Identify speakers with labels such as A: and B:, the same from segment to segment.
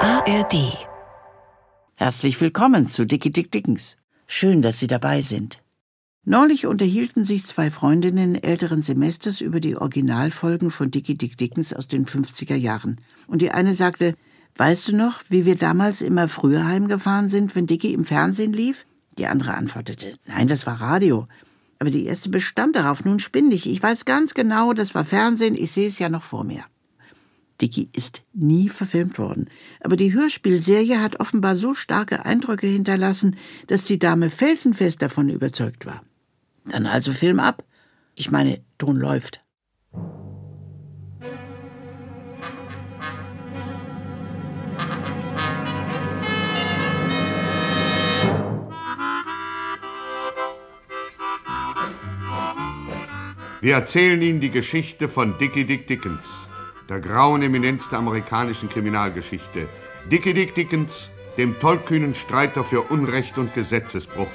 A: ARD.
B: Herzlich willkommen zu Dicky Dick Dickens. Schön, dass Sie dabei sind. Neulich unterhielten sich zwei Freundinnen älteren Semesters über die Originalfolgen von Dicky Dick Dickens aus den 50er Jahren. Und die eine sagte, weißt du noch, wie wir damals immer früher heimgefahren sind, wenn Dicky im Fernsehen lief? Die andere antwortete, nein, das war Radio. Aber die erste bestand darauf, nun spinn ich, ich weiß ganz genau, das war Fernsehen, ich sehe es ja noch vor mir. Dicky ist nie verfilmt worden. Aber die Hörspielserie hat offenbar so starke Eindrücke hinterlassen, dass die Dame felsenfest davon überzeugt war. Dann also Film ab. Ich meine, Ton läuft.
C: Wir erzählen Ihnen die Geschichte von Dickie Dick Dickens, der grauen Eminenz der amerikanischen Kriminalgeschichte. Dickie Dick Dickens, dem tollkühnen Streiter für Unrecht und Gesetzesbruch.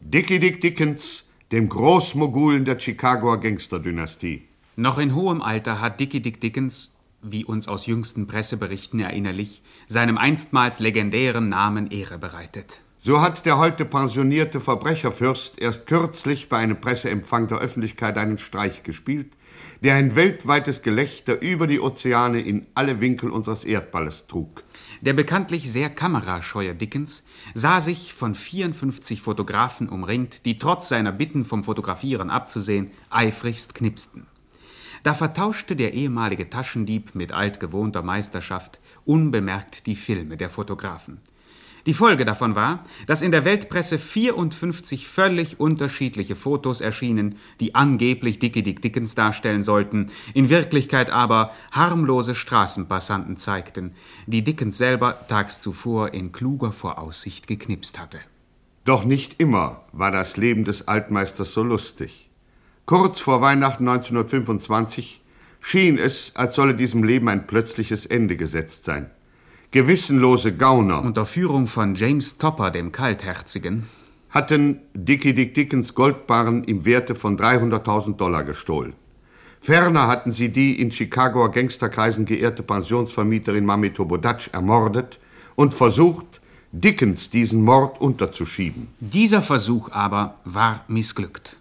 C: Dickie Dick Dickens, dem Großmogulen der Chicagoer Gangsterdynastie.
D: Noch in hohem Alter hat Dickie Dick Dickens, wie uns aus jüngsten Presseberichten erinnerlich, seinem einstmals legendären Namen Ehre bereitet.
C: So hat der heute pensionierte Verbrecherfürst erst kürzlich bei einem Presseempfang der Öffentlichkeit einen Streich gespielt, der ein weltweites Gelächter über die Ozeane in alle Winkel unseres Erdballes trug.
D: Der bekanntlich sehr kamerascheue Dickens sah sich von 54 Fotografen umringt, die trotz seiner Bitten vom Fotografieren abzusehen eifrigst knipsten. Da vertauschte der ehemalige Taschendieb mit altgewohnter Meisterschaft unbemerkt die Filme der Fotografen. Die Folge davon war, dass in der Weltpresse 54 völlig unterschiedliche Fotos erschienen, die angeblich Dickie Dick Dickens darstellen sollten, in Wirklichkeit aber harmlose Straßenpassanten zeigten, die Dickens selber tags zuvor in kluger Voraussicht geknipst hatte.
C: Doch nicht immer war das Leben des Altmeisters so lustig. Kurz vor Weihnachten 1925 schien es, als solle diesem Leben ein plötzliches Ende gesetzt sein. Gewissenlose Gauner
D: Unter Führung von James Topper, dem Kaltherzigen,
C: hatten Dickie Dick Dickens Goldbarren im Werte von 300.000 Dollar gestohlen. Ferner hatten sie die in Chicagoer Gangsterkreisen geehrte Pensionsvermieterin Mami Tobodatsch ermordet und versucht, Dickens diesen Mord unterzuschieben.
D: Dieser Versuch aber war missglückt.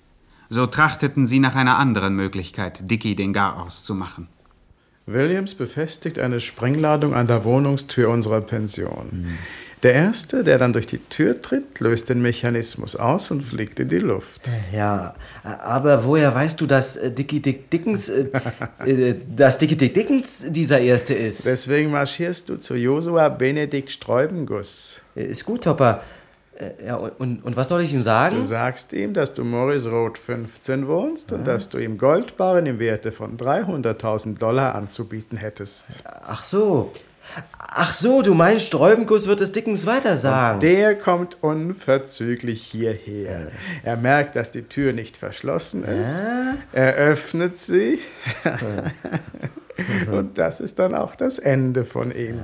D: So trachteten sie nach einer anderen Möglichkeit, Dicky den Garaus zu machen.
E: Williams befestigt eine Sprengladung an der Wohnungstür unserer Pension. Der Erste, der dann durch die Tür tritt, löst den Mechanismus aus und fliegt in die Luft.
F: Ja, aber woher weißt du, dass äh, Dicky Dick Dickens, äh, äh, dass Dicky Dick Dickens dieser Erste ist?
E: Deswegen marschierst du zu Josua Benedikt Sträubenguss.
F: Äh, Ist gut, Topper. Äh, Ja, und, und was soll ich ihm
E: Du
F: sagen?
E: sagst ihm, dass du Morris Road 15 wohnst und dass du ihm Goldbarren im Werte von 300.000 Dollar anzubieten hättest.
F: Ach so. Ach so, du meinst, Sträubenkuss wird es Dickens weiter sagen.
E: Der kommt unverzüglich hierher.
F: Äh.
E: Er merkt, dass die Tür nicht verschlossen ist. Er öffnet sie.
F: Äh. Mhm.
E: Und das ist dann auch das Ende von ihm.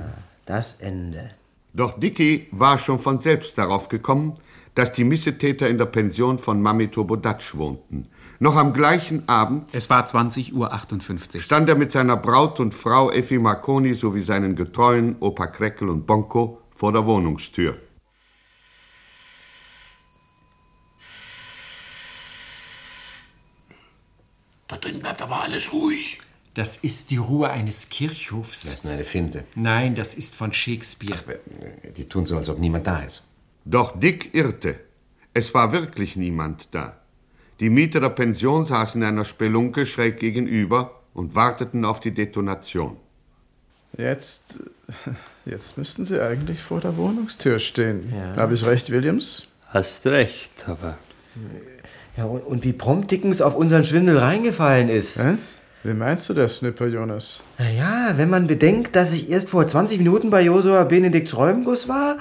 F: Das Ende.
C: Doch Dicky war schon von selbst darauf gekommen, dass die Missetäter in der Pension von Mami Tobodatsch wohnten. Noch am gleichen Abend
D: Es war 20.58 Uhr.
C: stand er mit seiner Braut und Frau Effi Marconi sowie seinen getreuen Opa Kreckel und Bonko vor der Wohnungstür.
G: Da drin bleibt aber alles ruhig.
H: Das ist die Ruhe eines Kirchhofs.
I: Das ist nur eine Finte.
H: Nein, das ist von Shakespeare.
I: Die tun so, als ob niemand da ist.
C: Doch Dick irrte. Es war wirklich niemand da. Die Mieter der Pension saßen in einer Spelunke schräg gegenüber und warteten auf die Detonation.
E: Jetzt, jetzt müssten sie eigentlich vor der Wohnungstür stehen. Habe ich recht, Williams?
J: Hast recht, aber
F: Ja, und, und wie prompt Dickens auf unseren Schwindel reingefallen ist.
E: Was? Wie meinst du das, Snipper Jonas?
F: Naja, wenn man bedenkt, dass ich erst vor 20 Minuten bei Josua Benedikt Schräumguss war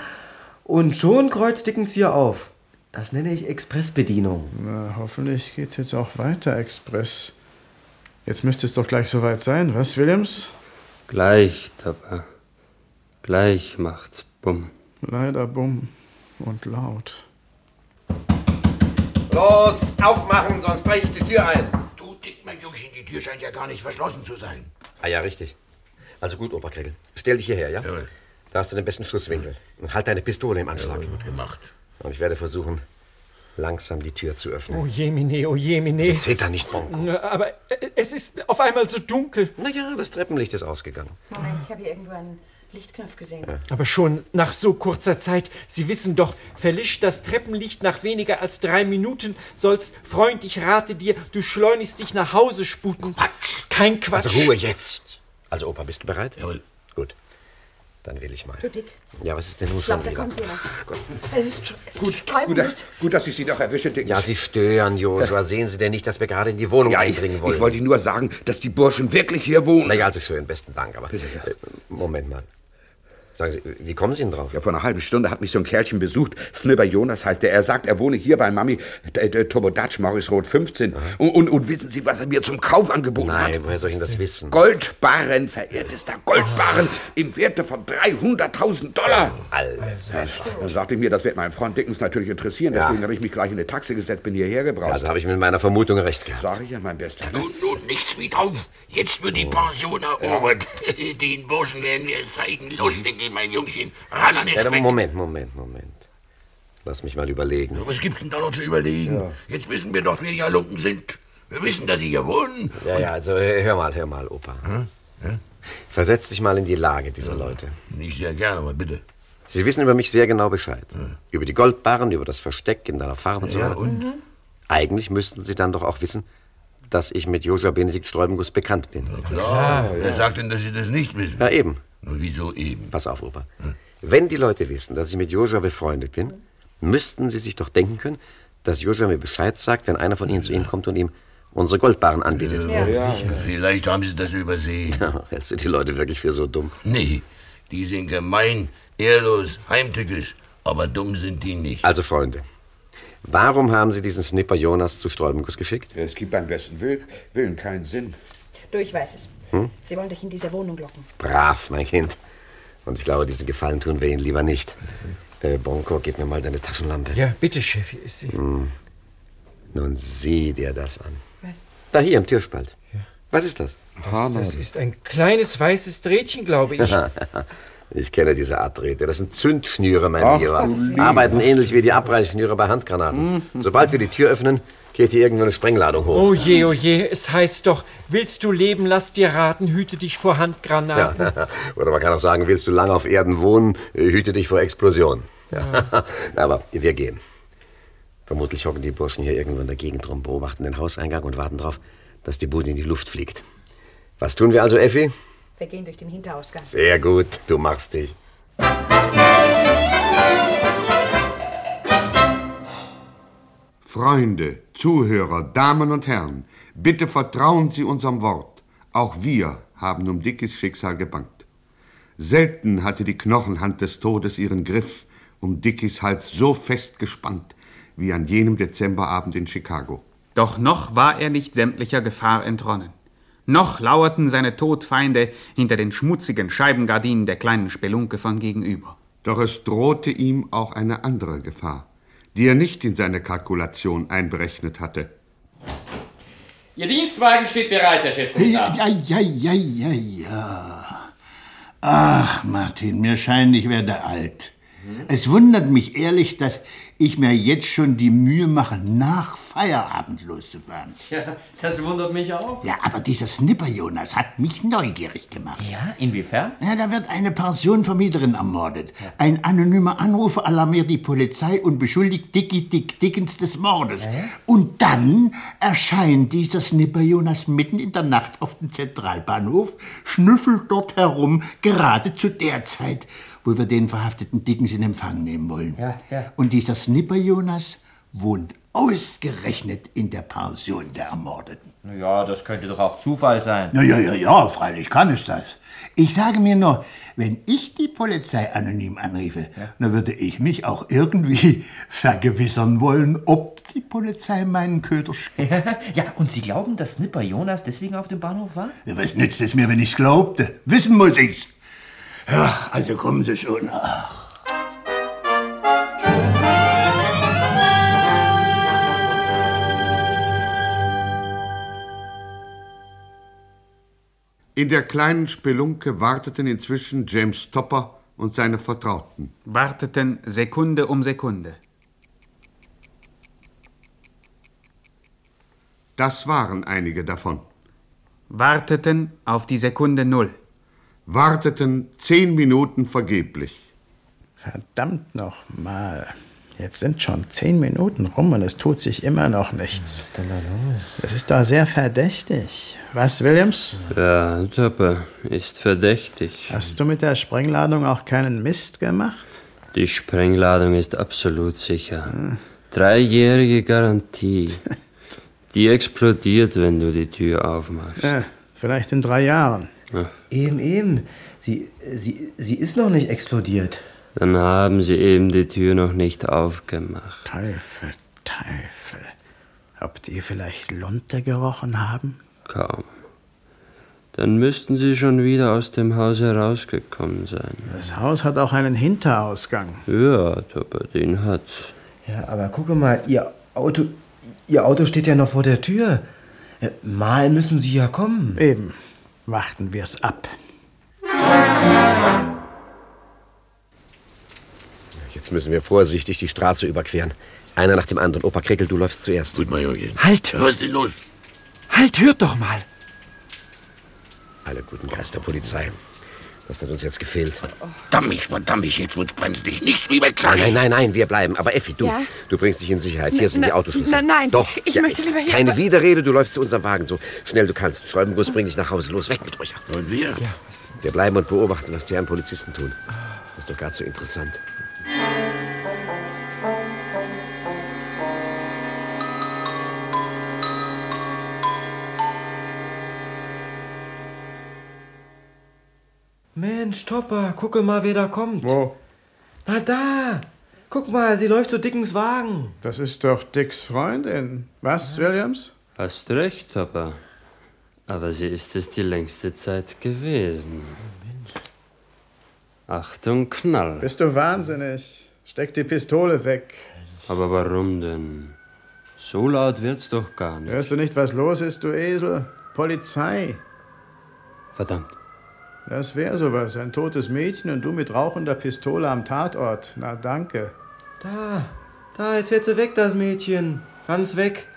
F: und schon kreuzt Dickens hier auf. Das nenne ich Expressbedienung.
E: Na, hoffentlich geht's jetzt auch weiter, Express. Jetzt müsste es doch gleich soweit sein, was, Williams?
J: gleich, aber gleich macht's bumm.
E: Leider bumm und laut.
I: Los, aufmachen, sonst breche ich die Tür ein.
G: Du dick, mein Jungchen, die Tür scheint ja gar nicht verschlossen zu sein.
I: Ah ja, richtig. Also gut, Opa Kregel. Stell dich hierher, ja? Da hast du den besten Schusswinkel. Und halt deine Pistole im Anschlag.
G: Gut gemacht.
I: Und ich werde versuchen, langsam die Tür zu öffnen.
A: Oh jemine, oh jemine.
I: Jetzt zählt da nicht, Bonko.
A: Ja, Aber äh, es ist auf einmal so dunkel.
I: Naja, das Treppenlicht ist ausgegangen.
K: Moment, ich habe hier irgendwo einen Lichtknopf gesehen.
A: Aber schon nach so kurzer Zeit, Sie wissen doch, verlischt das Treppenlicht nach weniger als drei Minuten, sollst, Freund, ich rate dir, du schleunigst dich nach Hause sputen. Kein Quatsch.
I: Also Ruhe jetzt. Also Opa, bist du bereit?
G: Jawohl.
I: Gut. Dann will ich mal.
K: Du Dick,
I: Ja, was ist denn nun
K: ich glaube,
I: schon
K: da
I: wieder?
K: kommt jemand. Es ist, es ist
G: Gut,
K: sträubendes.
G: dass, gut, dass ich Sie noch erwische, Dickens.
I: Ja, Sie stören, Joshua. Sehen Sie denn nicht, dass wir gerade in die Wohnung
G: Ja, ich,
I: eindringen wollen?
G: ich wollte Ihnen nur sagen, dass die Burschen wirklich hier wohnen.
I: Naja, also schön, besten Dank, aber. Äh, Moment mal. Sagen Sie, wie kommen Sie denn drauf?
G: Ja, vor einer halben Stunde hat mich so ein Kerlchen besucht. Snöber Jonas heißt er. Er sagt, er wohne hier bei Mami äh, äh, Tobodatsch, Morrisroth 15. Und, und, und wissen Sie, was er mir zum Kauf angeboten
I: Nein,
G: hat?
I: woher soll ich denn das wissen? Ah,
G: Goldbarren, verehrtester Goldbarren, im Werte von 300.000 Dollar.
I: Alles.
G: Dann sagte ich mir, das wird meinen Freund Dickens natürlich interessieren. Deswegen habe ich mich gleich in eine Taxe gesetzt, bin hierher gebraust.
I: Also habe ich mit meiner Vermutung recht gehabt.
G: Sage ich ja, mein Bester.
K: Nun, nun, nichts wie drauf. Jetzt wird die
I: Oh.
K: Pension erobert. Den Burschen werden wir es zeigen. Lustig, mein Jungchen. Ran an den
I: Mhm. Ja, aber
K: Speck.
I: Moment, Moment, Moment. Lass mich mal überlegen.
G: Was gibt's denn da noch zu überlegen? Jetzt wissen wir doch, wer die Halunken sind. Wir wissen, dass sie hier wohnen.
I: Ja, ja, also äh, hör mal, hör mal, Opa.
G: Hm?
I: Versetz dich mal in die Lage dieser Leute.
G: Nicht Hm. sehr gerne, aber bitte.
I: Sie wissen über mich sehr genau Bescheid. Über die Goldbarren, über das Versteck in deiner Farbe und so weiter.
A: Mhm.
I: Eigentlich müssten Sie dann doch auch wissen, dass ich mit Joshua Benedikt Streubenguss bekannt bin.
G: Klar, wer sagt denn, dass Sie das nicht wissen?
I: Ja, eben.
G: Nur wieso eben?
I: Pass auf, Opa.
C: Hm.
I: Wenn die Leute wissen, dass ich mit Joshua befreundet bin, müssten sie sich doch denken können, dass Joshua mir Bescheid sagt, wenn einer von ihnen zu ihm kommt und ihm unsere Goldbarren anbietet.
G: Vielleicht haben Sie das übersehen.
I: Hältst du die Leute wirklich für so dumm?
G: Nee, die sind gemein, ehrlos, heimtückisch. Aber dumm sind die nicht.
I: Also, Freunde, warum haben Sie diesen Snipper Jonas zu Streubenkuss geschickt?
C: Es gibt beim besten Willen keinen Sinn.
K: Du, ich weiß es. Sie wollen dich in diese Wohnung locken.
I: Brav, mein Kind. Und ich glaube, diesen Gefallen tun wir Ihnen lieber nicht. Äh, Bonko, gib mir mal deine Taschenlampe.
H: Ja, bitte, Chef, hier ist sie.
I: Hm. Nun sieh dir das an.
K: Was?
I: Da hier im Türspalt. Was ist das?
H: Das, das ist ein kleines weißes Drähtchen, glaube ich.
I: Ich kenne diese Art Drähte. Das sind Zündschnüre, mein Lieber. Arbeiten ähnlich wie die Abreißschnüre bei Handgranaten. Sobald wir die Tür öffnen, geht hier irgendwo eine Sprengladung hoch.
H: Mhm. Oh je, oh je, es heißt doch, willst du leben, lass dir raten, hüte dich vor Handgranaten.
I: Oder man kann auch sagen, willst du lange auf Erden wohnen, äh, hüte dich vor Explosionen. Ja. Aber wir gehen. Vermutlich hocken die Burschen hier irgendwo in der Gegend rum, beobachten den Hauseingang und warten darauf, dass die Bude in die Luft fliegt. Was tun wir also, Effi?
K: Wir gehen durch den Hinterausgang.
I: Sehr gut, du machst dich.
C: Freunde, Zuhörer, Damen und Herren, bitte vertrauen Sie unserem Wort. Auch wir haben um Dickys Schicksal gebangt. Selten hatte die Knochenhand des Todes ihren Griff um Dickys Hals so fest gespannt wie an jenem Dezemberabend in Chicago.
D: Doch noch war er nicht sämtlicher Gefahr entronnen. Noch lauerten seine Todfeinde hinter den schmutzigen Scheibengardinen der kleinen Spelunke von gegenüber.
C: Doch es drohte ihm auch eine andere Gefahr, die er nicht in seine Kalkulation einberechnet hatte.
A: Ihr Dienstwagen steht bereit, Herr Chefkommissar.
G: Ja, ja, ja, ja, ja. Ach, Martin, mir scheint, ich werde alt. Es wundert mich ehrlich, dass ich mir jetzt schon die Mühe mache, nach Feierabend loszufahren.
A: Das wundert mich auch.
G: Ja, aber dieser Snipper Jonas hat mich neugierig gemacht.
A: Ja, inwiefern?
G: Ja, da wird eine Pensionvermieterin ermordet. Ein anonymer Anrufer alarmiert die Polizei und beschuldigt Dicky Dick Dickens des Mordes. Und dann erscheint dieser Snipper Jonas mitten in der Nacht auf dem Zentralbahnhof, schnüffelt dort herum, gerade zu der Zeit, wo wir den verhafteten Dickens in Empfang nehmen wollen. Und dieser Snipper Jonas wohnt ausgerechnet in der Pension der Ermordeten.
A: Ja, das könnte doch auch Zufall sein.
G: Ja, ja, ja, ja, freilich kann es das. Ich sage mir nur, wenn ich die Polizei anonym anriefe, dann würde ich mich auch irgendwie vergewissern wollen, ob die Polizei meinen Köder schlägt.
A: Ja, und Sie glauben, dass Snipper Jonas deswegen auf dem Bahnhof war?
G: Ja, Was nützt es mir, wenn ich's glaubte? Wissen muss ich's. Ja, also kommen Sie schon. Ach.
C: In der kleinen Spelunke warteten inzwischen James Topper und seine Vertrauten.
L: Warteten Sekunde um Sekunde.
C: Das waren einige davon.
L: Warteten auf die Sekunde Null.
C: Warteten zehn Minuten vergeblich.
E: Verdammt nochmal. Jetzt sind schon zehn Minuten rum und es tut sich immer noch nichts. Was ist denn da los? Das ist doch sehr verdächtig. Was, Williams?
J: Ja, Töppe ist verdächtig.
E: Hast du mit der Sprengladung auch keinen Mist gemacht?
J: Die Sprengladung ist absolut sicher.
E: Hm.
J: Dreijährige Garantie. Die explodiert, wenn du die Tür aufmachst.
E: Ja, Äh, vielleicht in drei Jahren.
J: Ach,
M: Eben, eben. Sie, sie, sie ist noch nicht explodiert.
J: Dann haben sie eben die Tür noch nicht aufgemacht.
E: Teufel, Teufel. Ob die vielleicht Lunte gerochen haben?
J: Kaum. Dann müssten sie schon wieder aus dem Haus herausgekommen sein.
E: Das Haus hat auch einen Hinterausgang.
J: Ja, Töppe, den hat's.
M: Ja, aber gucke mal, ihr Auto, ihr Auto steht ja noch vor der Tür. Äh, Mal müssen sie ja kommen.
E: Eben. Warten wir es ab.
I: Jetzt müssen wir vorsichtig die Straße überqueren. Einer nach dem anderen. Opa Krickel, du läufst zuerst.
K: Gut, Majorchen.
H: Halt!
K: Was ist denn los?
H: Halt, hört doch mal!
I: Alle guten Geister Polizei. Das hat uns jetzt gefehlt.
K: Damm mich, verdammt mich, jetzt wird's brenzlig. Nichts wie weg, sag
I: Nein,
K: ich.
I: nein, nein, wir bleiben. Aber Effi, du,
N: Ja?
I: du bringst dich in Sicherheit. Hier sind
N: Na-
I: die Autos.
N: na- nein,
I: Doch.
N: ich möchte lieber hier-
I: Keine Widerrede, du läufst zu unserem Wagen. So schnell du kannst. Schreibenguss, bring dich nach Hause. Los, weg mit euch.
K: Und wir?
I: Wir bleiben und beobachten, was die Herren Polizisten tun. Das ist doch gar zu interessant.
M: Mensch, Topper, gucke mal, wer da kommt.
E: Wo?
M: Na da! Guck mal, sie läuft zu Dickens Wagen.
E: Das ist doch Dicks Freundin. Was, Williams?
J: Hast recht, Papa. Aber sie ist es die längste Zeit gewesen. Achtung, Knall.
E: Bist du wahnsinnig? Steck die Pistole weg.
J: Aber warum denn? So laut wird's doch gar nicht.
E: Hörst du nicht, was los ist, du Esel? Polizei.
J: Verdammt.
E: Das wäre sowas. Ein totes Mädchen und du mit rauchender Pistole am Tatort. Na danke.
M: Da, da, jetzt wird sie weg, das Mädchen. Ganz weg.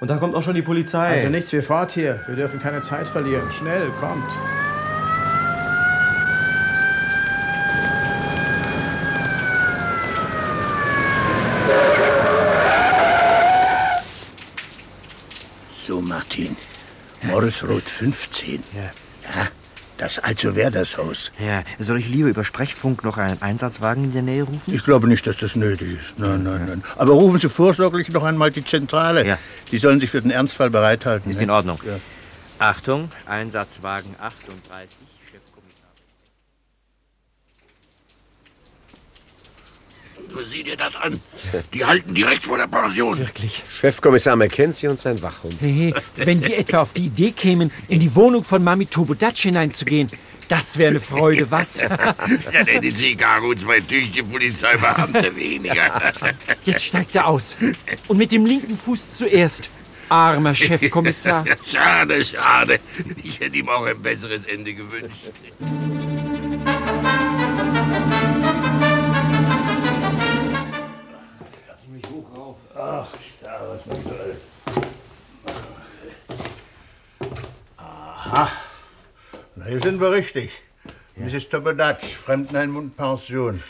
M: Und da kommt auch schon die Polizei.
E: Also nichts wie fort hier. Wir dürfen keine Zeit verlieren. Schnell, kommt.
G: So, Martin. Morrisroth 15. Ja. Das also wäre das Haus.
O: Ja, soll ich lieber über Sprechfunk noch einen Einsatzwagen in der Nähe rufen?
G: Ich glaube nicht, dass das nötig ist. Nein, nein, nein. Aber rufen Sie vorsorglich noch einmal die Zentrale. Ja. Die sollen sich für den Ernstfall bereithalten.
O: Ist
G: ne?
O: in Ordnung.
G: Ja.
O: Achtung, Einsatzwagen 38, Chefkommissar.
K: Nur sieh dir das an. Die halten direkt vor der Pension.
H: Wirklich.
I: Chefkommissar Mackenzie und sein Wachhund.
H: Hehe, wenn die etwa auf die Idee kämen, in die Wohnung von Mami Tobodatsch hineinzugehen, das wäre eine Freude, was?
K: Dann hätte Chicago zwei tüchtige Polizeibeamte weniger.
H: Jetzt steigt er aus. Und mit dem linken Fuß zuerst. Armer Chefkommissar.
K: Schade, schade. Ich hätte ihm auch ein besseres Ende gewünscht.
G: Na, hier sind wir richtig. Mrs. Tobodatsch, Fremdenheim und Pension.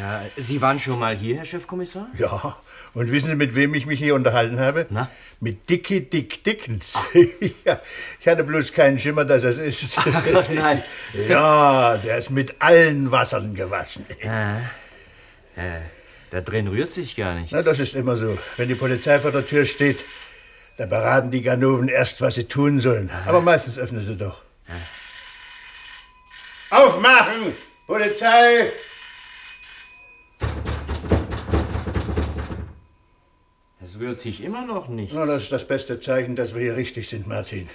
O: Ja, Sie waren schon mal hier, Herr Chefkommissar?
G: Ja, und wissen Sie, mit wem ich mich hier unterhalten habe?
O: Na? Ah.
G: Mit Dicky Dick Dickens. ja, ich hatte bloß keinen Schimmer, dass das ist.
O: Ach, nein.
G: ja, der ist mit allen Wassern gewaschen.
O: Ja. Äh, da drin rührt sich gar nichts.
G: Na, das ist immer so. Wenn die Polizei vor der Tür steht, dann beraten die Ganoven erst, was sie tun sollen. Aber meistens öffnen sie doch. Aufmachen! Polizei!
O: Es rührt sich immer noch nichts.
G: Na, das ist das beste Zeichen, dass wir hier richtig sind, Martin.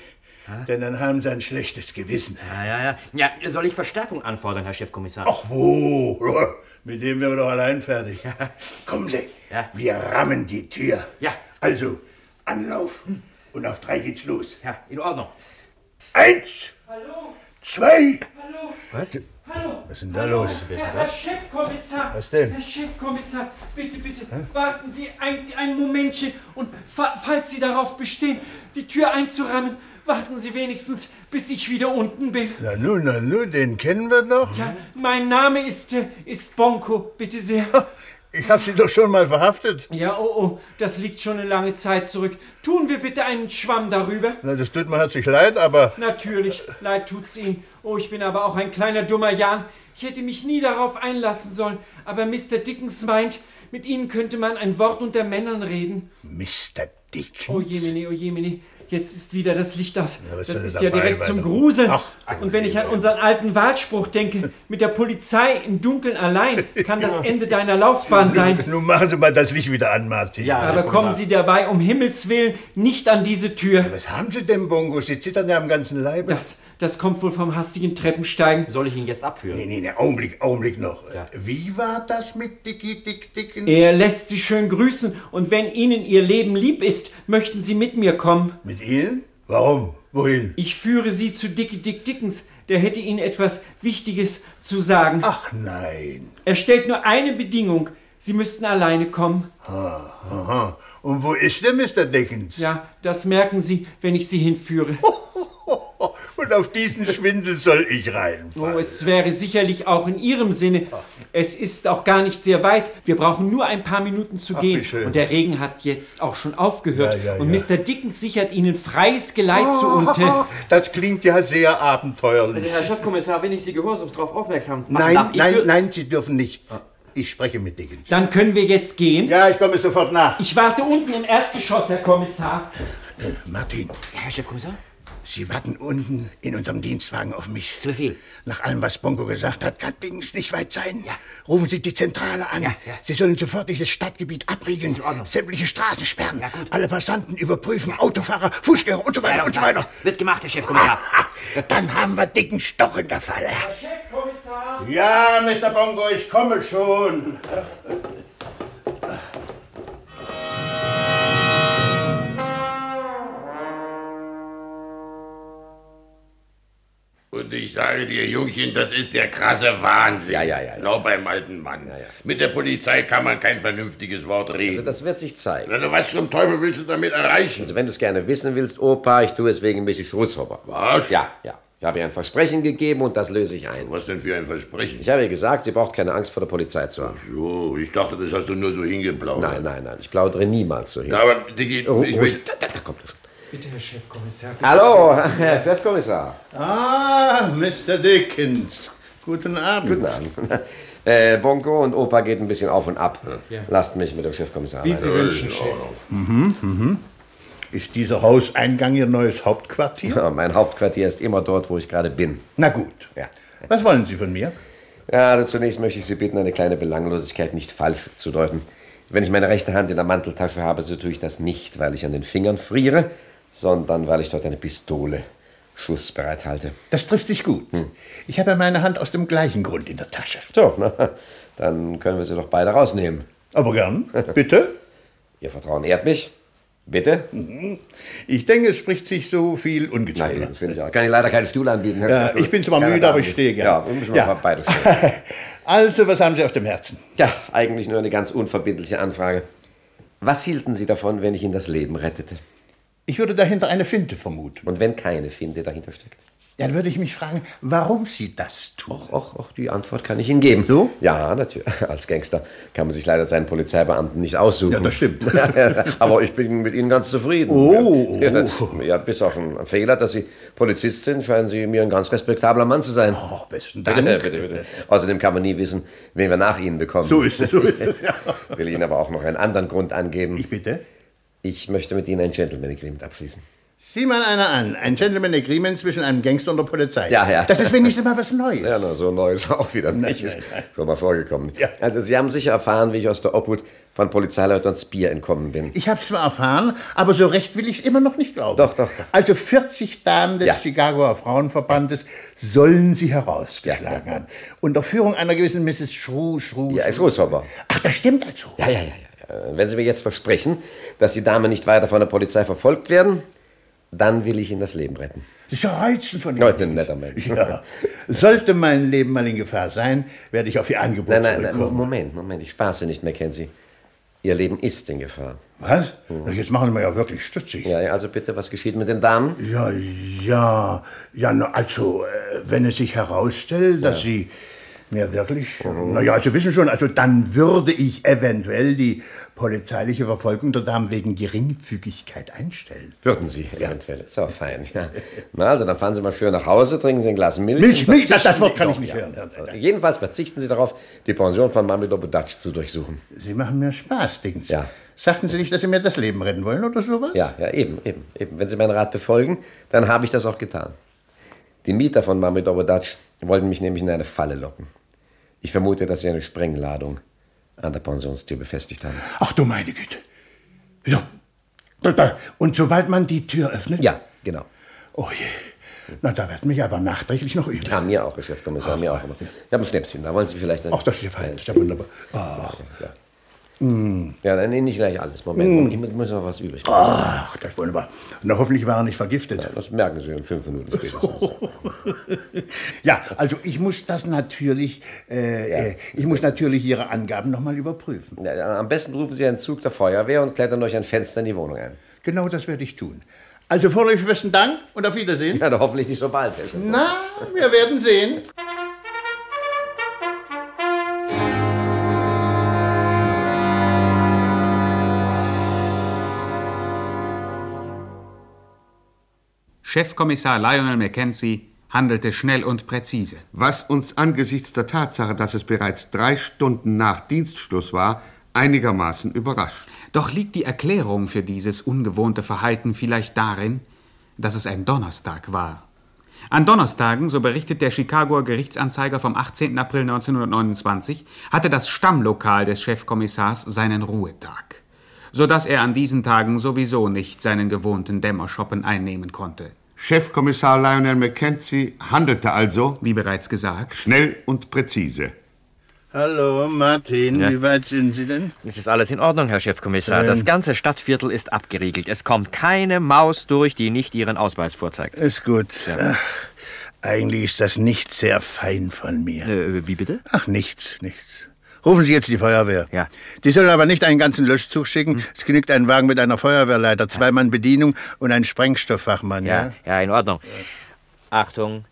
G: Denn dann haben sie ein schlechtes Gewissen.
O: Ja, ja, ja. Ja, soll ich Verstärkung anfordern, Herr Chefkommissar?
G: Ach wo, mit dem wären wir doch allein fertig. Kommen Sie,
O: Ja.
G: wir rammen die Tür.
O: Ja.
G: Also, Anlauf und auf drei geht's los.
O: Ja, in Ordnung.
G: Eins!
H: Hallo?
G: Zwei!
H: Hallo?
G: Was?
H: Hallo?
G: Was ist denn da los?
H: Herr, Herr Chefkommissar!
G: Was denn?
H: Herr Chefkommissar, bitte, bitte, warten Sie ein, ein Momentchen und fa falls Sie darauf bestehen, die Tür einzurammen, warten Sie wenigstens, bis ich wieder unten bin.
G: Na nun, na nun, den kennen wir doch.
H: Ja, mein Name ist, äh, ist Bonko, bitte sehr.
G: Ich hab Sie doch schon mal verhaftet.
H: Ja, oh, oh, das liegt schon eine lange Zeit zurück. Tun wir bitte einen Schwamm darüber.
G: Na, das tut mir herzlich leid, aber
H: Natürlich, leid tut's Ihnen. Oh, ich bin aber auch ein kleiner dummer Jan. Ich hätte mich nie darauf einlassen sollen, aber Mr. Dickens meint, mit Ihnen könnte man ein Wort unter Männern reden.
G: Mr. Dickens?
H: Oh jemine, oh jemine, jetzt ist wieder das Licht aus.
G: was
H: das
G: soll
H: ist
G: das
H: ja
G: dabei
H: direkt
G: sein?
H: zum Gruseln.
G: Ach,
H: Und wenn ich an unseren alten Wahlspruch denke, mit der Polizei im Dunkeln allein, kann das Ende deiner Laufbahn sein.
G: Nun machen Sie mal das Licht wieder an, Martin. Ja,
H: Aber
O: also,
H: kommen Sie dabei um Himmels Willen nicht an diese Tür.
G: Was haben Sie denn, Bongo? Sie zittern ja am ganzen Leibe.
H: Das, das kommt wohl vom hastigen Treppensteigen.
O: Soll ich ihn jetzt abführen?
G: Nee, nee, nee, Augenblick, Augenblick noch. Wie war das mit Dicky Dick Dickens?
H: Er lässt Sie schön grüßen und wenn Ihnen Ihr Leben lieb ist, möchten Sie mit mir kommen.
G: Mit Ihnen? Warum? Wohin?
H: Ich führe Sie zu Dicky Dick Dickens, der hätte Ihnen etwas Wichtiges zu sagen.
G: Ach nein.
H: Er stellt nur eine Bedingung, Sie müssten alleine kommen.
G: Ha, ha, ha. Und wo ist der Mr. Dickens?
H: Ja, das merken Sie, wenn ich Sie hinführe.
G: Und auf diesen Schwindel soll ich rein.
H: Oh, es wäre sicherlich auch in Ihrem Sinne. Es ist auch gar nicht sehr weit. Wir brauchen nur ein paar Minuten zu
G: Ach, wie
H: gehen.
G: schön.
H: Und der Regen hat jetzt auch schon aufgehört.
G: Ja, ja,
H: Und
G: ja.
H: Mr. Dickens sichert Ihnen freies Geleit zu unten.
G: Das klingt ja sehr abenteuerlich.
O: Also, Herr Chefkommissar, wenn ich Sie gehorsamst darauf aufmerksam machen
G: nein,
O: darf, ich
G: nein,
O: wür-
G: nein, Sie dürfen nicht. Ich spreche mit Dickens.
H: Ah. Dann können wir jetzt gehen.
G: Ja, ich komme sofort nach.
H: Ich warte unten im Erdgeschoss, Herr Kommissar.
G: Äh, Martin,
O: Ja, Herr Chefkommissar?
G: Sie warten unten in unserem Dienstwagen auf mich.
O: Zu Befehl.
G: Nach allem, was Bongo gesagt hat, kann Dingens nicht weit sein. Rufen Sie die Zentrale an.
O: Ja, ja.
G: Sie sollen sofort dieses Stadtgebiet abriegeln, sämtliche Straßen sperren, alle Passanten überprüfen, Autofahrer, Fußgänger und so weiter und so weiter.
O: Wird gemacht, Herr Chefkommissar.
G: Dann haben wir Dickens doch in der Falle.
H: Chefkommissar!
G: Ja, Mr. Bongo, ich komme schon.
K: Und ich sage dir, Jungchen, das ist der krasse Wahnsinn.
I: Ja, ja, ja, ja.
K: Genau beim alten Mann. Mit der Polizei kann man kein vernünftiges Wort
I: Also
K: reden.
I: das wird sich zeigen.
K: Na, na, Also, was zum Teufel willst du damit erreichen?
I: Also wenn du es gerne wissen willst, Opa, ich tue es wegen Mrs. Schrushopper.
K: Was?
I: Ja, ja. Ich habe ihr ein Versprechen gegeben und das löse ich ein.
K: Was denn für ein Versprechen?
I: Ich habe ihr gesagt, sie braucht keine Angst vor der Polizei zu haben.
K: So, ich dachte, das hast du nur so hingeplaudert.
I: Nein, nein, nein, ich plaudere niemals so hin.
K: Ja, aber, Diggi,
I: Ru-
K: ich
I: ruhig.
K: will...
I: Da, da, da kommt er.
H: Bitte, Herr Chefkommissar.
I: Hallo, Herr Chefkommissar.
G: Ah, Mr. Dickens. Guten Abend.
I: Guten Abend. Äh, Bonko und Opa geht ein bisschen auf und ab. Lasst mich mit dem Chefkommissar
H: Wie
I: allein.
H: Sie wünschen, Chef.
G: Mhm, mhm. Ist dieser Hauseingang Ihr neues Hauptquartier?
I: Ja, mein Hauptquartier ist immer dort, wo ich gerade bin.
G: Na gut.
I: Ja.
G: Was wollen Sie von mir?
I: Ja, also zunächst möchte ich Sie bitten, eine kleine Belanglosigkeit nicht falsch zu deuten. Wenn ich meine rechte Hand in der Manteltasche habe, so tue ich das nicht, weil ich an den Fingern friere, sondern weil ich dort eine Pistole schussbereit halte.
G: Das trifft sich gut. Ich habe meine Hand aus dem gleichen Grund in der Tasche.
I: Hm. So, na, dann können wir sie doch beide rausnehmen.
G: Aber gern. Bitte?
I: Ihr Vertrauen ehrt mich. Bitte?
G: Mhm. Ich denke, es spricht sich so viel
I: Nein,
G: ungezwungen.
I: das finde ich auch. Kann ich leider keinen Stuhl anbieten. Herr
G: Ja,
I: Chef.
G: ich bin zwar
I: Keiner
G: müde,
I: darf
G: aber ich
I: mit.
G: stehe
I: Ja,
G: gerne.
I: dann müssen wir
G: Ja.
I: mal beide stehen.
G: Also, was haben Sie auf dem Herzen?
I: Ja, eigentlich nur eine ganz unverbindliche Anfrage. Was hielten Sie davon, wenn ich Ihnen das Leben rettete?
G: Ich würde dahinter eine Finte vermuten.
I: Und wenn keine Finde dahinter steckt?
G: Dann würde ich mich fragen, warum Sie das tun.
I: Och, och, die Antwort kann ich Ihnen geben. So? Ja, natürlich. Als Gangster kann man sich leider seinen Polizeibeamten nicht aussuchen.
G: Ja, das stimmt.
I: Aber ich bin mit Ihnen ganz zufrieden.
G: Oh.
I: Ja, ja, bis auf einen Fehler, dass Sie Polizist sind, scheinen Sie mir ein ganz respektabler Mann zu sein.
G: Oh, besten Dank.
I: Bitte, bitte, bitte. Außerdem kann man nie wissen, wen wir nach Ihnen bekommen.
G: So ist es, so ist es. Ja.
I: Ich Ähm, will Ihnen aber auch noch einen anderen Grund angeben.
G: Ich bitte?
I: Ich möchte mit Ihnen ein Gentleman Agreement abschließen.
G: Sieh mal einer an. Ein Gentleman Agreement zwischen einem Gangster und der Polizei.
I: Ja, ja.
G: Das ist wenigstens mal was Neues.
I: Ja, na, so neu ist auch wieder nicht.
G: nein, nein.
I: Schon mal vorgekommen.
G: Ja.
I: Also, Sie haben sicher erfahren, wie ich aus der Obhut von Polizeileutnant Speer entkommen bin.
G: Ich habe zwar erfahren, aber so recht will ich es immer noch nicht glauben.
I: Doch, doch, doch.
G: Also 40 Damen des
I: Ja.
G: Chicagoer Frauenverbandes sollen sie herausgeschlagen
I: Ja, ja, ja.
G: haben. Unter Führung einer gewissen Mrs. Schru, Schru,
I: Ja,
G: Schru.
I: Herr Großhopper.
G: Ach, das stimmt also.
I: Ja, ja, ja, ja. Äh, Wenn Sie mir jetzt versprechen, dass die Damen nicht weiter von der Polizei verfolgt werden, Dann will ich ihn das Leben retten.
G: Das ist ja reizend von Ihnen.
I: Leute, ein netter Mensch.
G: Ja. Sollte mein Leben mal in Gefahr sein, werde ich auf Ihr Angebot
I: Nein, nein, nein,
G: zurückkommen.
I: Moment, Moment, ich spaße nicht, Mackenzie. Ihr Leben ist in Gefahr.
G: Was? Na, jetzt machen wir ja wirklich stutzig.
I: Ja, ja, also bitte, was geschieht mit den Damen?
G: Ja, ja, ja, na, also, äh, wenn es sich herausstellt,
I: Ja.
G: dass Sie mir wirklich, na ja, also wissen schon, also dann würde ich eventuell die polizeiliche Verfolgung der Damen wegen Geringfügigkeit einstellen.
I: Würden Sie eventuell. So, fein. Ja. Na, also, dann fahren Sie mal schön nach Hause, trinken Sie ein Glas Milch.
G: Milch,
I: und
G: Milch, das- das
I: verzichten
G: Wort
I: Sie-
G: kann ich
I: Doch,
G: nicht
I: ja.
G: hören.
I: Also, Jedenfalls verzichten Sie darauf, die Pension von Mami Lobodatsch zu durchsuchen.
G: Sie machen mir Spaß, Dickens.
I: Ja.
G: Sagten Sie nicht, dass Sie mir das Leben retten wollen oder sowas?
I: Ja, ja, eben, eben, eben. Wenn Sie meinen Rat befolgen, dann habe ich das auch getan. Die Mieter von Mami Lobodatsch wollten mich nämlich in eine Falle locken. Ich vermute, dass sie eine Sprengladung an der Pensionstür befestigt haben.
G: Ach du meine Güte. Ja. Da, da. Und sobald man die Tür öffnet?
I: Ja, genau.
G: Oh je. Na, da wird mich aber nachträglich noch übel.
I: Ja, mir auch, Herr Chefkommissar, mir auch. Ich habe ein Schnäpschen, da wollen Sie vielleicht... Ein
G: Ach, das ist ja fein, das ist ja wunderbar. Ah. Mm.
I: Ja, dann nee, nicht gleich alles. Moment,
G: Mm.
I: Moment, ich muss noch was übrig
G: Ach, das ist wunderbar. Na, hoffentlich war er nicht vergiftet.
I: das merken Sie in fünf Minuten spätestens.
G: ja, also ich muss das natürlich, äh, äh, ich muss natürlich Ihre Angaben nochmal überprüfen.
I: Ja, ja, am besten rufen Sie einen Zug der Feuerwehr und klettern durch ein Fenster in die Wohnung ein.
G: Genau das werde ich tun. Also vorläufig besten Dank und auf Wiedersehen.
I: Ja, doch hoffentlich nicht so bald, Herr Schäfer.
G: Na, wir werden sehen.
D: Chefkommissar Lionel Mackenzie handelte schnell und präzise.
C: Was uns angesichts der Tatsache, dass es bereits drei Stunden nach Dienstschluss war, einigermaßen überrascht.
D: Doch liegt die Erklärung für dieses ungewohnte Verhalten vielleicht darin, dass es ein Donnerstag war. An Donnerstagen, so berichtet der Chicagoer Gerichtsanzeiger vom 18. April 1929, hatte das Stammlokal des Chefkommissars seinen Ruhetag, so dass er an diesen Tagen sowieso nicht seinen gewohnten Dämmerschoppen einnehmen konnte.
C: Chefkommissar Lionel Mackenzie handelte also,
D: wie bereits gesagt,
C: schnell und präzise.
G: Hallo, Martin,
O: Ja.
G: wie weit sind Sie denn?
O: Es ist alles in Ordnung, Herr Chefkommissar. Das
G: Ähm.
O: ganze Stadtviertel ist abgeriegelt. Es kommt keine Maus durch, die nicht ihren Ausweis vorzeigt.
G: Ist gut. Ach, eigentlich ist das nicht sehr fein von mir.
O: wie bitte?
G: Ach, nichts, nichts. Rufen Sie jetzt die Feuerwehr.
O: Ja.
G: Die sollen aber nicht einen ganzen Löschzug schicken. Es genügt ein Wagen mit einer Feuerwehrleiter, zwei Mann Bedienung und ein Sprengstofffachmann. Ja.
O: Ja, ja, in Ordnung. Achtung,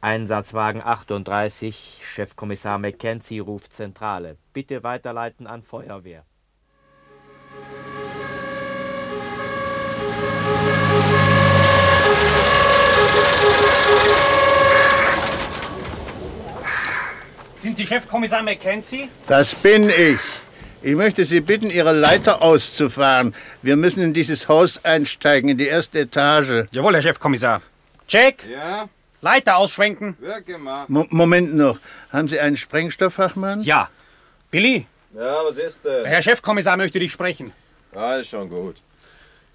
O: Einsatzwagen 38, Chefkommissar Mackenzie ruft Zentrale. Bitte weiterleiten an Feuerwehr.
P: Sind Sie Chefkommissar McKenzie?
G: Das bin ich. Ich möchte Sie bitten, Ihre Leiter auszufahren. Wir müssen in dieses Haus einsteigen, in die erste Etage.
P: Jawohl, Herr Chefkommissar. Check.
Q: Ja,
P: Leiter ausschwenken.
Q: wird gemacht.
G: Mo Moment noch. Haben Sie einen Sprengstofffachmann?
P: Ja. Billy,
Q: Ja, was ist denn?
P: der Herr Chefkommissar möchte dich sprechen.
Q: Ja, ist schon gut.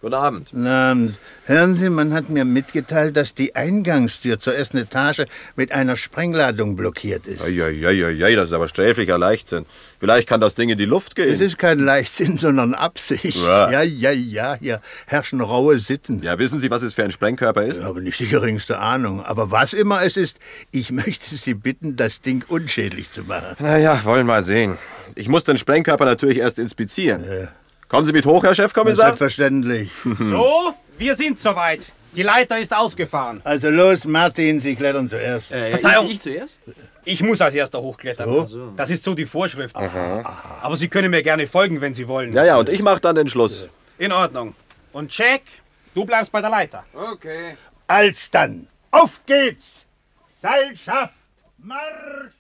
Q: Guten Abend.
G: Na, hören Sie, man hat mir mitgeteilt, dass die Eingangstür zur ersten Etage mit einer Sprengladung blockiert ist.
Q: Eieieiei, das ist aber sträflicher Leichtsinn. Vielleicht kann das Ding in die Luft gehen.
G: Es ist kein Leichtsinn, sondern Absicht.
Q: Ja.
G: ja, ja, ja, hier herrschen raue Sitten.
Q: ja, wissen Sie, was es für ein Sprengkörper ist?
G: Ich habe nicht die geringste Ahnung. Aber was immer es ist, ich möchte Sie bitten, das Ding unschädlich zu machen.
Q: Naja, wollen mal sehen. Ich muss den Sprengkörper natürlich erst inspizieren. Kommen Sie mit hoch, Herr Chefkommissar? Hm.
G: Selbstverständlich.
P: So, wir sind soweit. Die Leiter ist ausgefahren.
G: Also los, Martin, Sie klettern zuerst.
H: Äh,
P: Verzeihung. zuerst? Ich muss als erster hochklettern.
G: So? Ach so. Ah.
P: Das ist so die Vorschrift. Aber Sie können mir gerne folgen, wenn Sie wollen.
Q: Ja, ja, und ich mache dann den Schluss.
P: In Ordnung. Und Jack, du bleibst bei der Leiter.
Q: Okay.
G: Als dann. Auf geht's! Seilschaft, Marsch!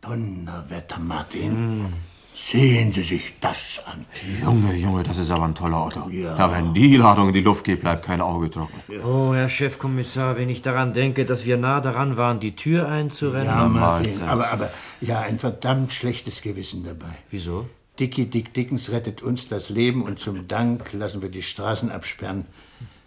G: Donnerwetter, Martin. Sehen Sie sich das an.
R: Junge, Junge, das ist aber ein toller Auto.
G: Ja.
R: Na, wenn die Ladung in die Luft geht, bleibt kein Auge trocken.
O: Oh, Herr Chefkommissar, wenn ich daran denke, dass wir nah daran waren, die Tür einzurennen.
G: Ja, Martin, aber, aber ja, ein verdammt schlechtes Gewissen dabei.
O: Wieso?
G: Dicky Dick Dickens rettet uns das Leben und zum Dank lassen wir die Straßen absperren.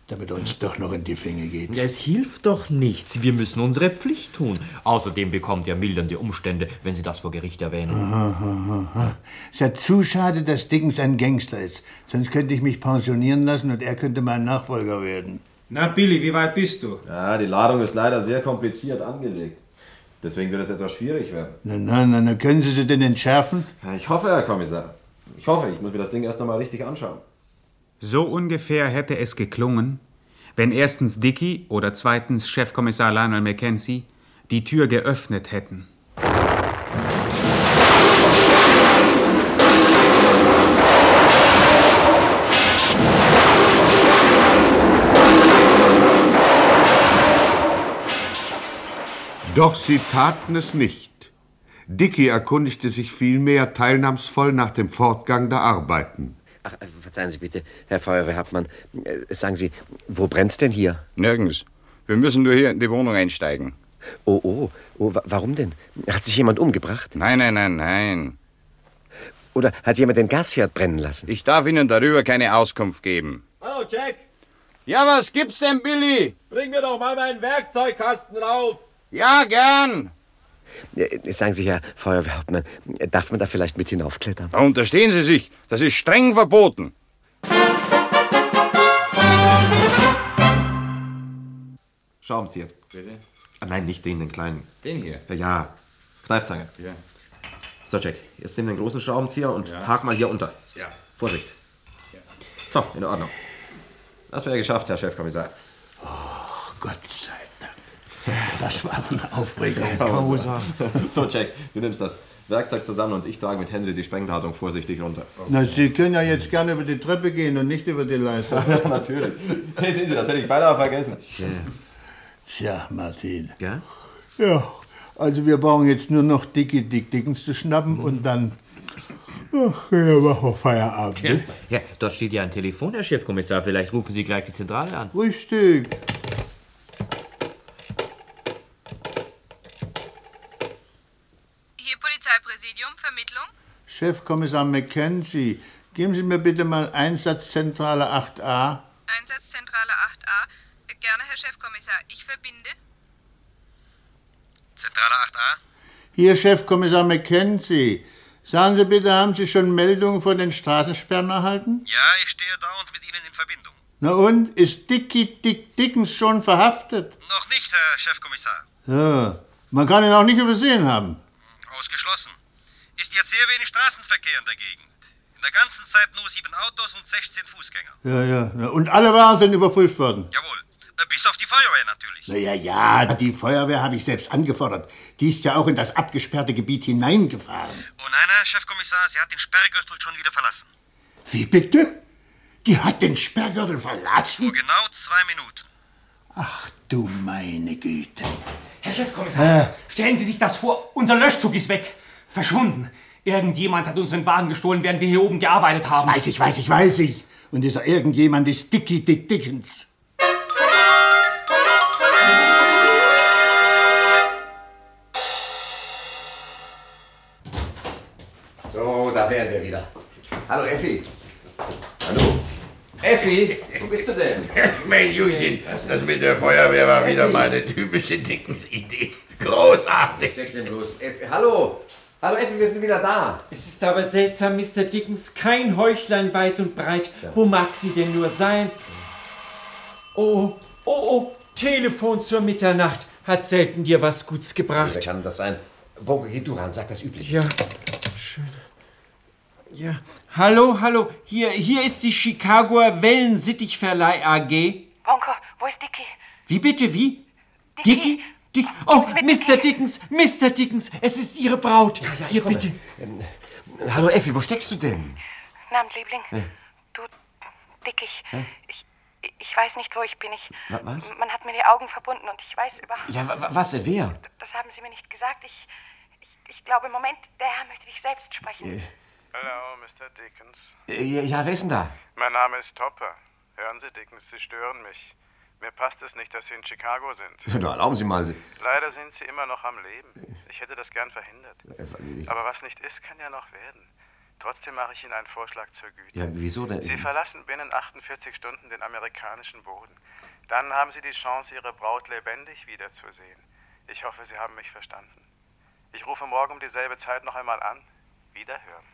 S: damit uns doch noch in die Fänge geht.
O: Es hilft doch nichts. Wir müssen unsere Pflicht tun. Außerdem bekommt ihr mildernde Umstände, wenn Sie das vor Gericht erwähnen.
G: Aha, aha, aha. Ist ja zu schade, dass Dickens ein Gangster ist. Sonst könnte ich mich pensionieren lassen und er könnte mein Nachfolger werden.
T: Na, Billy, wie weit bist du?
M: Ja, die Ladung ist leider sehr kompliziert angelegt. Deswegen wird es etwas schwierig werden.
G: Na, na, na, na, können Sie sie denn entschärfen?
M: Ja, ich hoffe, Herr Kommissar. Ich hoffe, ich muss mir das Ding erst einmal richtig anschauen.
D: So ungefähr hätte es geklungen, wenn erstens Dicky oder zweitens Chefkommissar Lionel Mackenzie die Tür geöffnet hätten.
C: Doch sie taten es nicht. Dicky erkundigte sich vielmehr teilnahmsvoll nach dem Fortgang der Arbeiten.
I: Ach, äh, verzeihen Sie bitte, Herr Feuerwehrhauptmann. Äh, Sagen Sie, wo brennt's denn hier?
K: Nirgends. Wir müssen nur hier in die Wohnung einsteigen.
I: Oh, oh, oh, wa- warum denn? Hat sich jemand umgebracht?
K: Nein, nein, nein, nein.
I: Oder hat jemand den Gasherd brennen lassen?
K: Ich darf Ihnen darüber keine Auskunft geben.
U: Hallo, Jack,
K: Ja, was gibt's denn, Billy?
U: bring mir doch mal meinen Werkzeugkasten rauf.
K: Ja, gern.
I: Äh, Sagen Sie, Herr Feuerwehrhauptmann, äh, darf man da vielleicht mit hinaufklettern?
K: Da unterstehen Sie sich. Das ist streng verboten.
M: Schauen Sie.
K: Bitte?
M: Ah, nein, nicht den, den kleinen.
K: Den hier?
M: Ja, ja. Kneifzange.
K: Ja.
M: So, Jack, jetzt nimm den großen Schraubenzieher und hak mal hier unter.
K: Ja.
M: Vorsicht. So, in Ordnung. Das wäre geschafft, Herr Chefkommissar. Oh,
G: Gott sei Dank. Das war aber eine Aufregung.
M: Ja, So, Jack, du nimmst das Werkzeug zusammen und ich trage mit Henry die Sprengladung vorsichtig runter.
G: Na, Sie können ja jetzt gerne über die Treppe gehen und nicht über die Leiter.
M: Natürlich. Hey, sehen Sie, das hätte ich beinahe vergessen.
G: Tja, Martin.
I: Ja?
G: Ja, also wir brauchen jetzt nur noch Dicky Dick Dickens zu schnappen und dann. Ach, ja, machen wir Feierabend.
O: Ja,
G: ne?
O: ja, dort steht ja ein Telefon, Herr Chefkommissar. Vielleicht rufen Sie gleich die Zentrale an.
G: Richtig.
V: Hier Polizeipräsidium, Vermittlung.
G: Chefkommissar Mackenzie, geben Sie mir bitte mal Einsatzzentrale 8a.
V: Einsatzzentrale 8a. Äh, Gerne, Herr Chefkommissar. Ich verbinde.
U: Zentrale 8a.
G: Hier, Chefkommissar Mackenzie. Sagen Sie bitte, haben Sie schon Meldungen von den Straßensperren erhalten?
U: Ja, ich stehe dauernd mit Ihnen in Verbindung.
G: Na und, ist Dicky Dick Dickens schon verhaftet?
U: Noch nicht, Herr Chefkommissar.
G: So, man kann ihn auch nicht übersehen haben.
U: Ausgeschlossen. Ist jetzt sehr wenig Straßenverkehr in der Gegend. In der ganzen Zeit nur sieben Autos und 16 Fußgänger.
G: Ja, ja. ja. Und alle Waren sind überprüft worden.
U: Jawohl. Äh, Bis auf die Feuerwehr natürlich.
G: Naja, ja, die Feuerwehr habe ich selbst angefordert. Die ist ja auch in das abgesperrte Gebiet hineingefahren.
U: Oh nein, Herr Chefkommissar, sie hat den Sperrgürtel schon wieder verlassen.
G: Wie bitte? Die hat den Sperrgürtel verlassen?
U: Vor genau zwei Minuten.
G: Ach du meine Güte.
W: Herr Chefkommissar,
G: Äh.
W: stellen Sie sich das vor, unser Löschzug ist weg. Verschwunden. Irgendjemand hat unseren Wagen gestohlen, während wir hier oben gearbeitet haben.
G: Weiß ich, weiß ich, weiß ich. Und dieser irgendjemand ist Dicky Dick Dickens.
I: So, da wären wir wieder. Hallo, Effi. Hallo. Effi, wo bist du denn?
X: Mensch, Jushin, das mit der Feuerwehr war wieder mal eine typische Dickensidee. Großartig.
I: Steck's denn bloß. Effi, hallo. Hallo, Effi, wir sind wieder da.
H: Es ist aber seltsam, Mr. Dickens, kein Heuchlein weit und breit. Wo mag sie denn nur sein? Oh, oh, oh, Telefon zur Mitternacht hat selten dir was Gutes gebracht. Wer
I: kann das sein? Boge, geh du ran, sag das Übliche.
H: Ja, schön. Ja, hallo, hallo, hier, hier ist die Chicagoer Wellensittichverleih AG.
Y: Onkel, wo ist Dicky?
H: Wie bitte, wie? Dicky? Dick oh, Mr. Dickens, Mr. Dickens, es ist Ihre Braut. Ja, ja, Hier, bitte.
I: Ähm, Hallo, Effi, wo steckst du denn?
Y: Na, Liebling,
I: Ja.
Y: du, Dick, ich,
I: Hä?
Y: ich, ich weiß nicht, wo ich bin. Ich,
I: Wa- was?
Y: Man hat mir die Augen verbunden und ich weiß überhaupt
I: Ja, wa- wa- was denn? Wer?
Y: Das haben sie mir nicht gesagt. Ich, ich, ich glaube, im Moment, der Herr möchte dich selbst sprechen.
I: Äh,
Y: Hallo, Mr. Dickens.
I: äh, ja, wer ist denn da?
E: Mein Name ist Topper. Hören Sie, Dickens, Sie stören mich. Mir passt es nicht, dass Sie in Chicago sind.
I: Na, erlauben Sie mal.
E: Leider sind Sie immer noch am Leben. Ich hätte das gern verhindert.
I: Äh,
E: Aber was nicht ist, kann ja noch werden. Trotzdem mache ich Ihnen einen Vorschlag zur Güte.
I: Ja, wieso denn?
E: Sie verlassen binnen 48 Stunden den amerikanischen Boden. Dann haben Sie die Chance, Ihre Braut lebendig wiederzusehen. Ich hoffe, Sie haben mich verstanden. Ich rufe morgen um dieselbe Zeit noch einmal an. Wiederhören.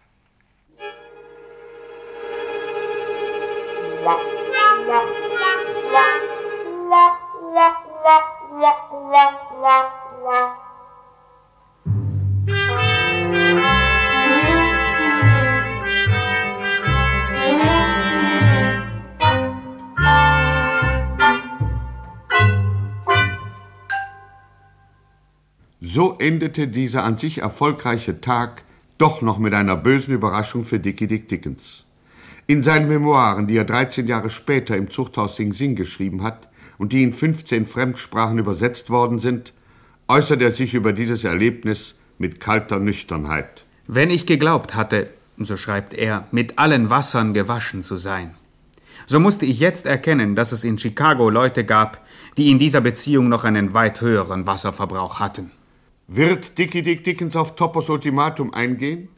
C: So endete dieser an sich erfolgreiche Tag doch noch mit einer bösen Überraschung für Dickie Dick Dickens. In seinen Memoiren, die er 13 Jahre später im Zuchthaus Sing Sing geschrieben hat und die in 15 Fremdsprachen übersetzt worden sind, äußert er sich über dieses Erlebnis mit kalter Nüchternheit.
D: Wenn ich geglaubt hatte, so schreibt er, mit allen Wassern gewaschen zu sein, so musste ich jetzt erkennen, dass es in Chicago Leute gab, die in dieser Beziehung noch einen weit höheren Wasserverbrauch hatten.
C: Wird Dickie Dick Dickens auf Toppers Ultimatum eingehen?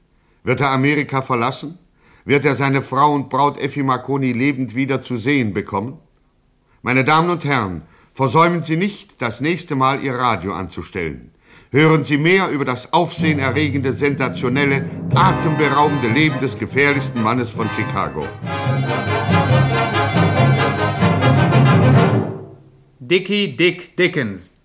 C: Wird er Amerika verlassen? Wird er seine Frau und Braut Effi Marconi lebend wieder zu sehen bekommen? Meine Damen und Herren, versäumen Sie nicht, das nächste Mal Ihr Radio anzustellen. Hören Sie mehr über das aufsehenerregende, sensationelle, atemberaubende Leben des gefährlichsten Mannes von Chicago.
D: Dickie Dick Dickens.